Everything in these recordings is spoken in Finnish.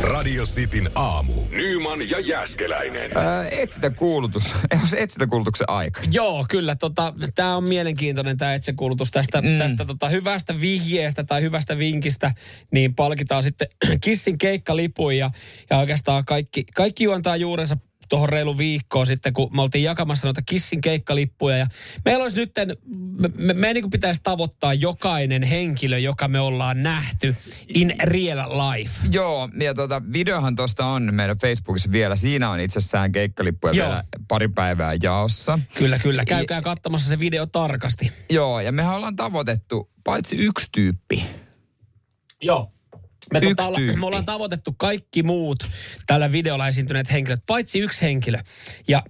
Radio Cityn aamu. Nyman ja Jäskeläinen. Ää, etsitä kuulutus. Onko se etsitä kuulutuksen aika? Joo, kyllä. Tota, tämä on mielenkiintoinen tämä etsekuulutus tästä, mm. tästä tota, hyvästä vihjeestä tai hyvästä vinkistä. Niin palkitaan sitten Kissin keikkalipun ja, ja oikeastaan kaikki, kaikki juontaa juurensa tuohon reilu viikkoon sitten, kun me oltiin jakamassa noita Kissin keikkalippuja. Ja meillä olisi nyt, me, me, me niin pitäisi tavoittaa jokainen henkilö, joka me ollaan nähty in real life. Joo, ja tota, videohan tuosta on meidän Facebookissa vielä. Siinä on itsessään keikkalippuja Joo. vielä pari päivää jaossa. Kyllä, kyllä. Käykää katsomassa se video tarkasti. Joo, ja mehän ollaan tavoitettu paitsi yksi tyyppi. Joo. Me, Yksi tota, olla- tyyppi. me ollaan tavoitettu kaikki muut tällä videolla esiintyneet henkilöt, paitsi yksi henkilö. Ja,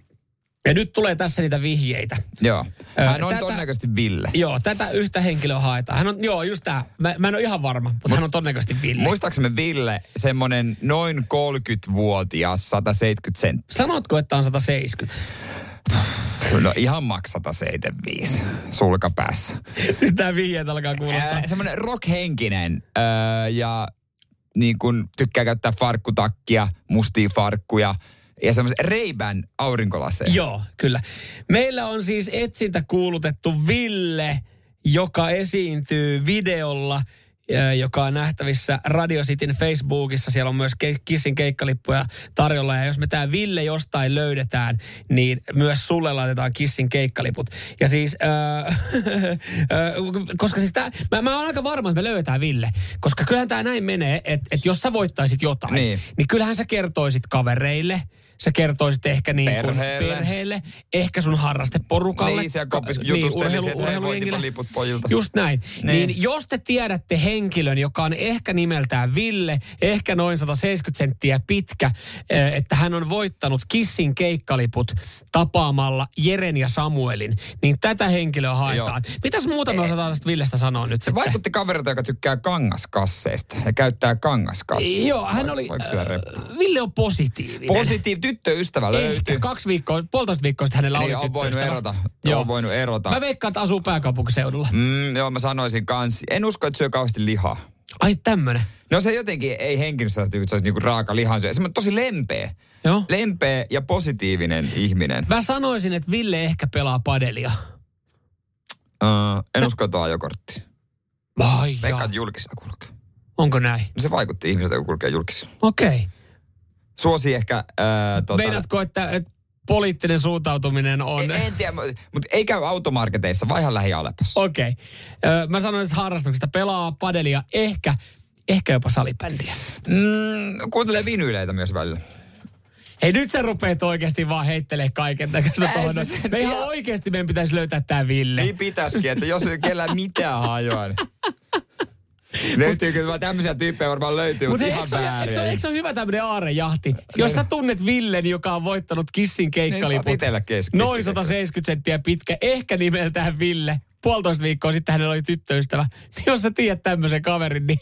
ja nyt tulee tässä niitä vihjeitä. Joo. Ö, Hän on tätä- todennäköisesti Ville. Joo, tätä yhtä henkilöä haetaan. Hän on, joo, just tää. Mä, mä en ole ihan varma, mutta hän on todennäköisesti Ville. Muistaaksemme Ville, semmonen noin 30-vuotias, 170 senttiä. Sanotko, että on 170? No ihan maks 175 sulkapäässä. Nyt tää vihjeet alkaa kuulostaa. Ää, semmoinen rockhenkinen öö, ja niin kun tykkää käyttää farkkutakkia, mustia farkkuja ja semmoisen reibän aurinkolaseja. Joo, kyllä. Meillä on siis etsintä kuulutettu Ville, joka esiintyy videolla, äh, joka on nähtävissä Radio Cityn Facebookissa. Siellä on myös ke- Kissin keikkalippuja tarjolla. Ja jos me tämä Ville jostain löydetään, niin myös sulle laitetaan Kissin keikkaliput. Ja siis, äh, koska siis tää, mä, mä oon aika varma, että me löydetään Ville. Koska kyllähän tämä näin menee, että et jos sä voittaisit jotain, Niin. niin. niin kyllähän sä kertoisit kavereille. Sä kertoisit ehkä niin kuin Perheelle. perhe- perheelle, ehkä sun harrasteporukalle. Niin, siellä koppis Ka- jutustelisi, urheilu- että hei, urheilujengille. voitipa liput pojilta. Just näin. Niin. Niin. jos te tiedätte henkilön, joka on ehkä nimeltään Ville, ehkä noin 170 senttiä pitkä, eh, että hän on voittanut Kissin keikkaliput tapaamalla Jeren ja Samuelin, niin tätä henkilöä haetaan. Joo. Mitäs muuta me osataan tästä Villestä sanoa nyt Eh. Se sitten? vaikutti kaverilta, joka tykkää kangaskasseista ja käyttää kangaskasseja. Joo, hän oli... Voiko sillä reppu? äh, Ville on positiivinen. Positiiv, tyttöystävä löytyy. Ehkä kaksi viikkoa, puolitoista viikkoa sitten hänellä Niin, oli on voinut tyttöystävä. erota. On voinut erota. Mä veikkaan, että asuu pääkaupunkiseudulla. Mm, joo, mä sanoisin kans. En usko, että syö kauheasti lihaa. Ai tämmönen. No se jotenkin ei henkilöstöisesti, että se olisi niinku raaka lihansyöjä. Se on tosi lempeä. Joo. Lempeä ja positiivinen ihminen. Mä sanoisin, että Ville ehkä pelaa padelia. Uh, No. en usko, että on ajokortti. Vai Veikkaan, että julkisella kulkee. Onko näin? No se vaikutti ihmiseltä, kun kulkee julkisella. Okei. Okay. Suosi ehkä... Uh, Tota... tota, Meinaatko, että, että poliittinen suuntautuminen on... en, en tiedä, mutta ei käy automarketeissa, vaan ihan lähialepassa. Okei. Okay. Mä sanoin, että harrastuksesta pelaa padelia ehkä, ehkä jopa salibändiä. Mm, kuuntelee vinyyleitä myös välillä. Hei nyt sä rupeet oikeasti vaan heittelee kaiken näköistä Ei, tuohon. siis- Me ihan oikeasti meidän pitäisi löytää tää Ville. Niin pitäisikin, että jos ei kellään mitään hajoa, niin... Löytyy kyllä vaan tämmöisiä tyyppejä varmaan löytyy, Mutta mutta eikö ihan se ole- eikö se ole- väärin. eikö se ole hyvä tämmöinen aarejahti? Jos sä tunnet Villen, joka on voittanut Kissin keikkaliput. Niin, sä oot itellä kes- noin Kissin 170 senttiä pitkä, ehkä nimeltään Ville. Puolitoista viikkoa sitten hänellä oli tyttöystävä. Niin Jos sä tiedät tämmöisen kaverin, niin...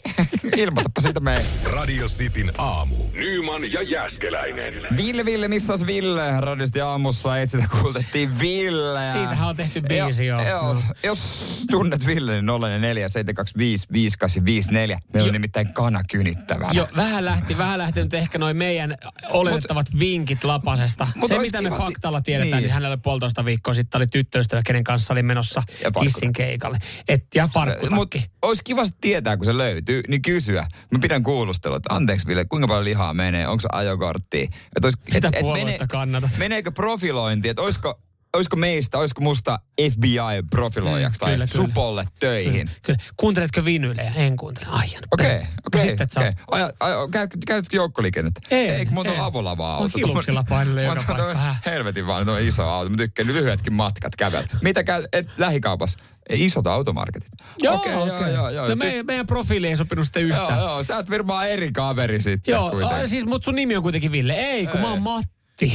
Ilmoitapa siitä meidän Radio Cityn aamu. Nyman ja Jäskeläinen. Ville, Ville, missä olisi Ville? Radiosti aamussa etsitä kuultettiin Ville. Siitähän on tehty biisi, joo. joo. Joo. Jos tunnet Ville, niin 04 725 5854. Meillä on Joo. nimittäin kanakynittävänä. Jo, vähän lähti, vähän lähti nyt ehkä noin meidän oletettavat mut, vinkit Lapasesta. mut Se, ois mitä me kiva ti- faktalla tiedetään, niin. niin. niin hänellä oli puolitoista viikkoa sitten oli tyttöystävä, kenen kanssa oli menossa Ja farkkutakki. kissin keikalle. Et, ja Mutta farkkutakki. olisi kiva tietää, kun se löytyy, niin kysyä. Mä pidän kuulustelua, että anteeksi Ville, kuinka paljon lihaa menee, onko se ajokortti? Et ois, Mitä puoluetta kannatat? Meneekö profilointi, että olisiko, olisiko meistä, olisiko musta FBI-profiloijaksi Mm, tai kyllä, kyllä. Supolle töihin? Kyllä. Kuunteletko vinylejä? En kuuntele. No Aijan. Okei, okei, Sitten, että okei. sä... Aja- aja- käy- Käytätkö joukkoliikennettä? En, Eikö muuta en. avolavaa Mä auto? niin- hiuksilla painelen No joka paikkaan. Helvetin vaan, tuo iso auto. Mä tykkään lyhyetkin matkat kävellä. Mitä käy, et, lähikaupassa? Ei, Isot automarketit. Joo, Okei, okay, okay. joo, joo. no Ty- meidän, meidän profiili ei sopinut sitten Joo, yhtään. joo, sä oot varmaan eri kaveri sitten Joo, kuitenkin. a, siis, mutta sun nimi on kuitenkin Ville. Ei, kun mä oon Matti.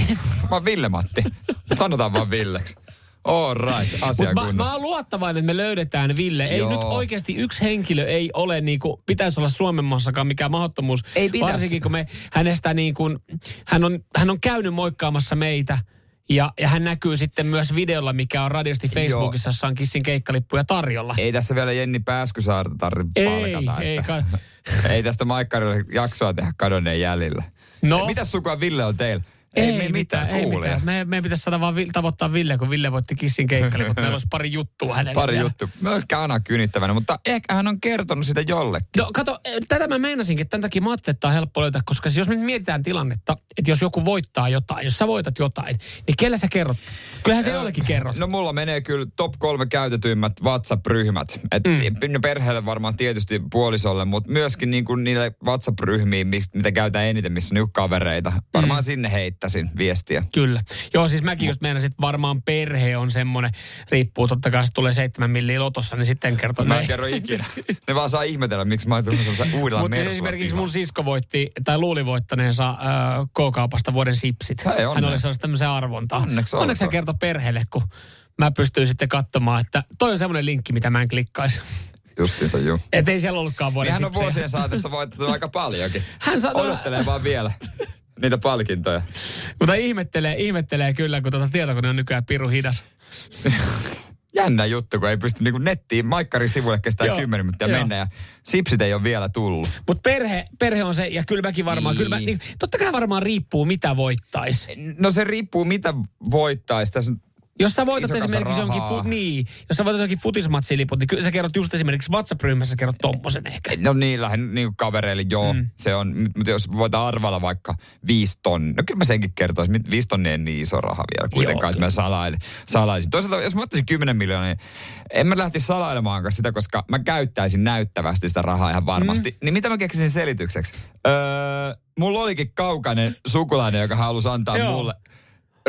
Mä oon Ville-Matti. Sanotaan vaan Villeksi. All right, asia Mut mä, mä kunnossa. oon luottavainen, että me löydetään Ville. Ei Joo. Joo. nyt oikeasti yksi henkilö ei ole, niin kuin, pitäisi olla Suomen maassakaan mikään mahdottomuus. Ei pitäisi. Varsinkin kun me hänestä niin kuin, hän, on, hän on käynyt moikkaamassa meitä. Ja, ja hän näkyy sitten myös videolla, mikä on radiosti Facebookissa, jossa on Kissin keikkalippuja tarjolla. Ei tässä vielä Jenni Pääskysaarta tarvitse Ei, palkata. ei, että- ka- Ei tästä maikkarille jaksoa tehdä kadonneen jäljellä. No. Ei, Mitä sukua Ville on teillä? me ei kuulee. mitään. Me, me pitäisi saada vaan vi- tavoittaa Ville, kun Ville voitti kissin keikkalle, mutta meillä olisi pari juttua hänelle. Pari vielä. juttu. Mörkkä Ana kynittävänä, mutta ehkä hän on kertonut sitä jollekin. No kato, eh, tätä mä meinasinkin, että tämän takia mä ajattelin, että tämä on helppo löytää, koska siis jos me nyt mietitään tilannetta, että jos joku voittaa jotain, jos sä voitat jotain, niin kelle sä kerrot? Kyllähän se jollekin kerrot. No mulla menee kyllä top kolme käytetyimmät WhatsApp-ryhmät. Et mm. Perheelle varmaan tietysti puolisolle, mutta myöskin niin kuin niille WhatsApp-ryhmiin, mis- mitä käytän eniten, missä on niinku kavereita. Varmaan Mm. sinne heittäisin viestiä. Kyllä. Joo, siis mäkin just meinasin, että varmaan perhe on semmoinen, riippuu totta kai, jos tulee seitsemän milliä lotossa, niin sitten kertoo. Mä Ei. en kerro ikinä. Ne vaan saa ihmetellä, miksi mä oon tullut semmoisen uudella Mutta siis Mersulla esimerkiksi pihaan. mun sisko voitti, tai luuli voittaneensa äh, K-kaupasta vuoden sipsit. Hei, onnea. Hän oli saanut tämmöisen arvontaa. Onneksi Onneksi hän olkoon. kertoi perheelle, kun mä pystyin sitten katsomaan, että toi on semmoinen linkki, mitä mä en klikkaisi. Justiinsa, juu. Että ei siellä ollutkaan vuoden Niin hän on sipsejä. vuosien saatossa voittanut aika paljonkin. Hän sanoo- Odottelee vaan vielä niitä palkintoja. Mutta ihmettelee, ihmettelee kyllä, kun tuota tietokone on nykyään piru hidas. Jännä juttu, kun ei pysty niin nettiin, maikkarin sivulle kestää Joo, 10 minuuttia joo. mennä ja sipsit ei ole vielä tullut. Mutta perhe, perhe on se, ja kyllä mäkin varmaan, niin. kyllä mä, niin, Niin. totta kai varmaan riippuu, mitä voittaisi. No se riippuu mitä voittaisi. Tässä nyt- Jos sä voitat Iso kasa esimerkiksi jonkin, rahaa. fu, niin, jos sä voitat jonkin futismatsiliput, niin kyllä sä kerrot just esimerkiksi WhatsApp-ryhmässä, sä kerrot tommosen ehkä. no niin, lähden niin kavereille, joo, mm. se on. Mutta jos voitaan arvalla vaikka viisi tonnia, no kyllä mä senkin kertoisin, mit- viisi tonnia ei niin iso raha vielä kuitenkaan, että mä salailin, salaisin. Toisaalta jos mä ottaisin 10 miljoonaa, niin en mä lähtisi salailemaankaan sitä, koska mä käyttäisin näyttävästi sitä rahaa ihan varmasti. Mm. Niin mitä mä keksisin selitykseksi? Öö, mulla olikin kaukainen sukulainen, joka halusi antaa Joo. joo. mulle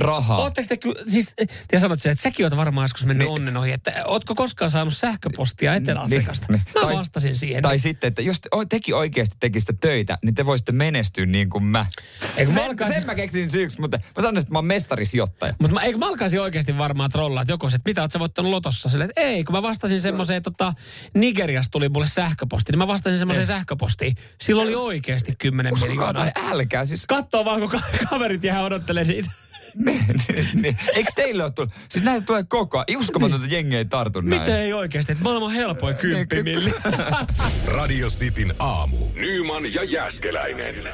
rahaa. Ootteko te, ky- siis te sanotte sen, että säkin oot varmaan joskus mennyt niin. onnen ohi, että ootko koskaan saanut sähköpostia Etelä-Afrikasta? Niin, niin. Mä Tai- vastasin siihen. Tai sitten, että jos te, o- teki oikeasti tekistä töitä, niin te voisitte menestyä niin kuin mä. Eikö Eikö mä sen, alkaisin- sen mä keksin syyksi, mutta mä sanoin, että mä oon mestarisijoittaja. Mutta mä, eikö mä alkaisin oikeasti varmaan trollaa, että joku se, että mitä oot sä voittanut lotossa? Sille, että ei, kun mä vastasin semmoiseen, tota, Nigeriasta tuli mulle sähköposti, niin mä vastasin semmoiseen sähköpostiin. Sillä oli oikeasti 10 miljoonaa. Kato, älkää siis. Kattoo vaan, kun ka- kaverit jää odottelee niitä. Niin, niin, niin. Eikö teille ole tullut? Siis näitä tulee koko ajan. Uskomatonta että jengi ei tartu näin. Miten ei oikeasti, että maailman helpoin kymppimilli. Radio Cityn aamu. Nyman ja Jääskeläinen.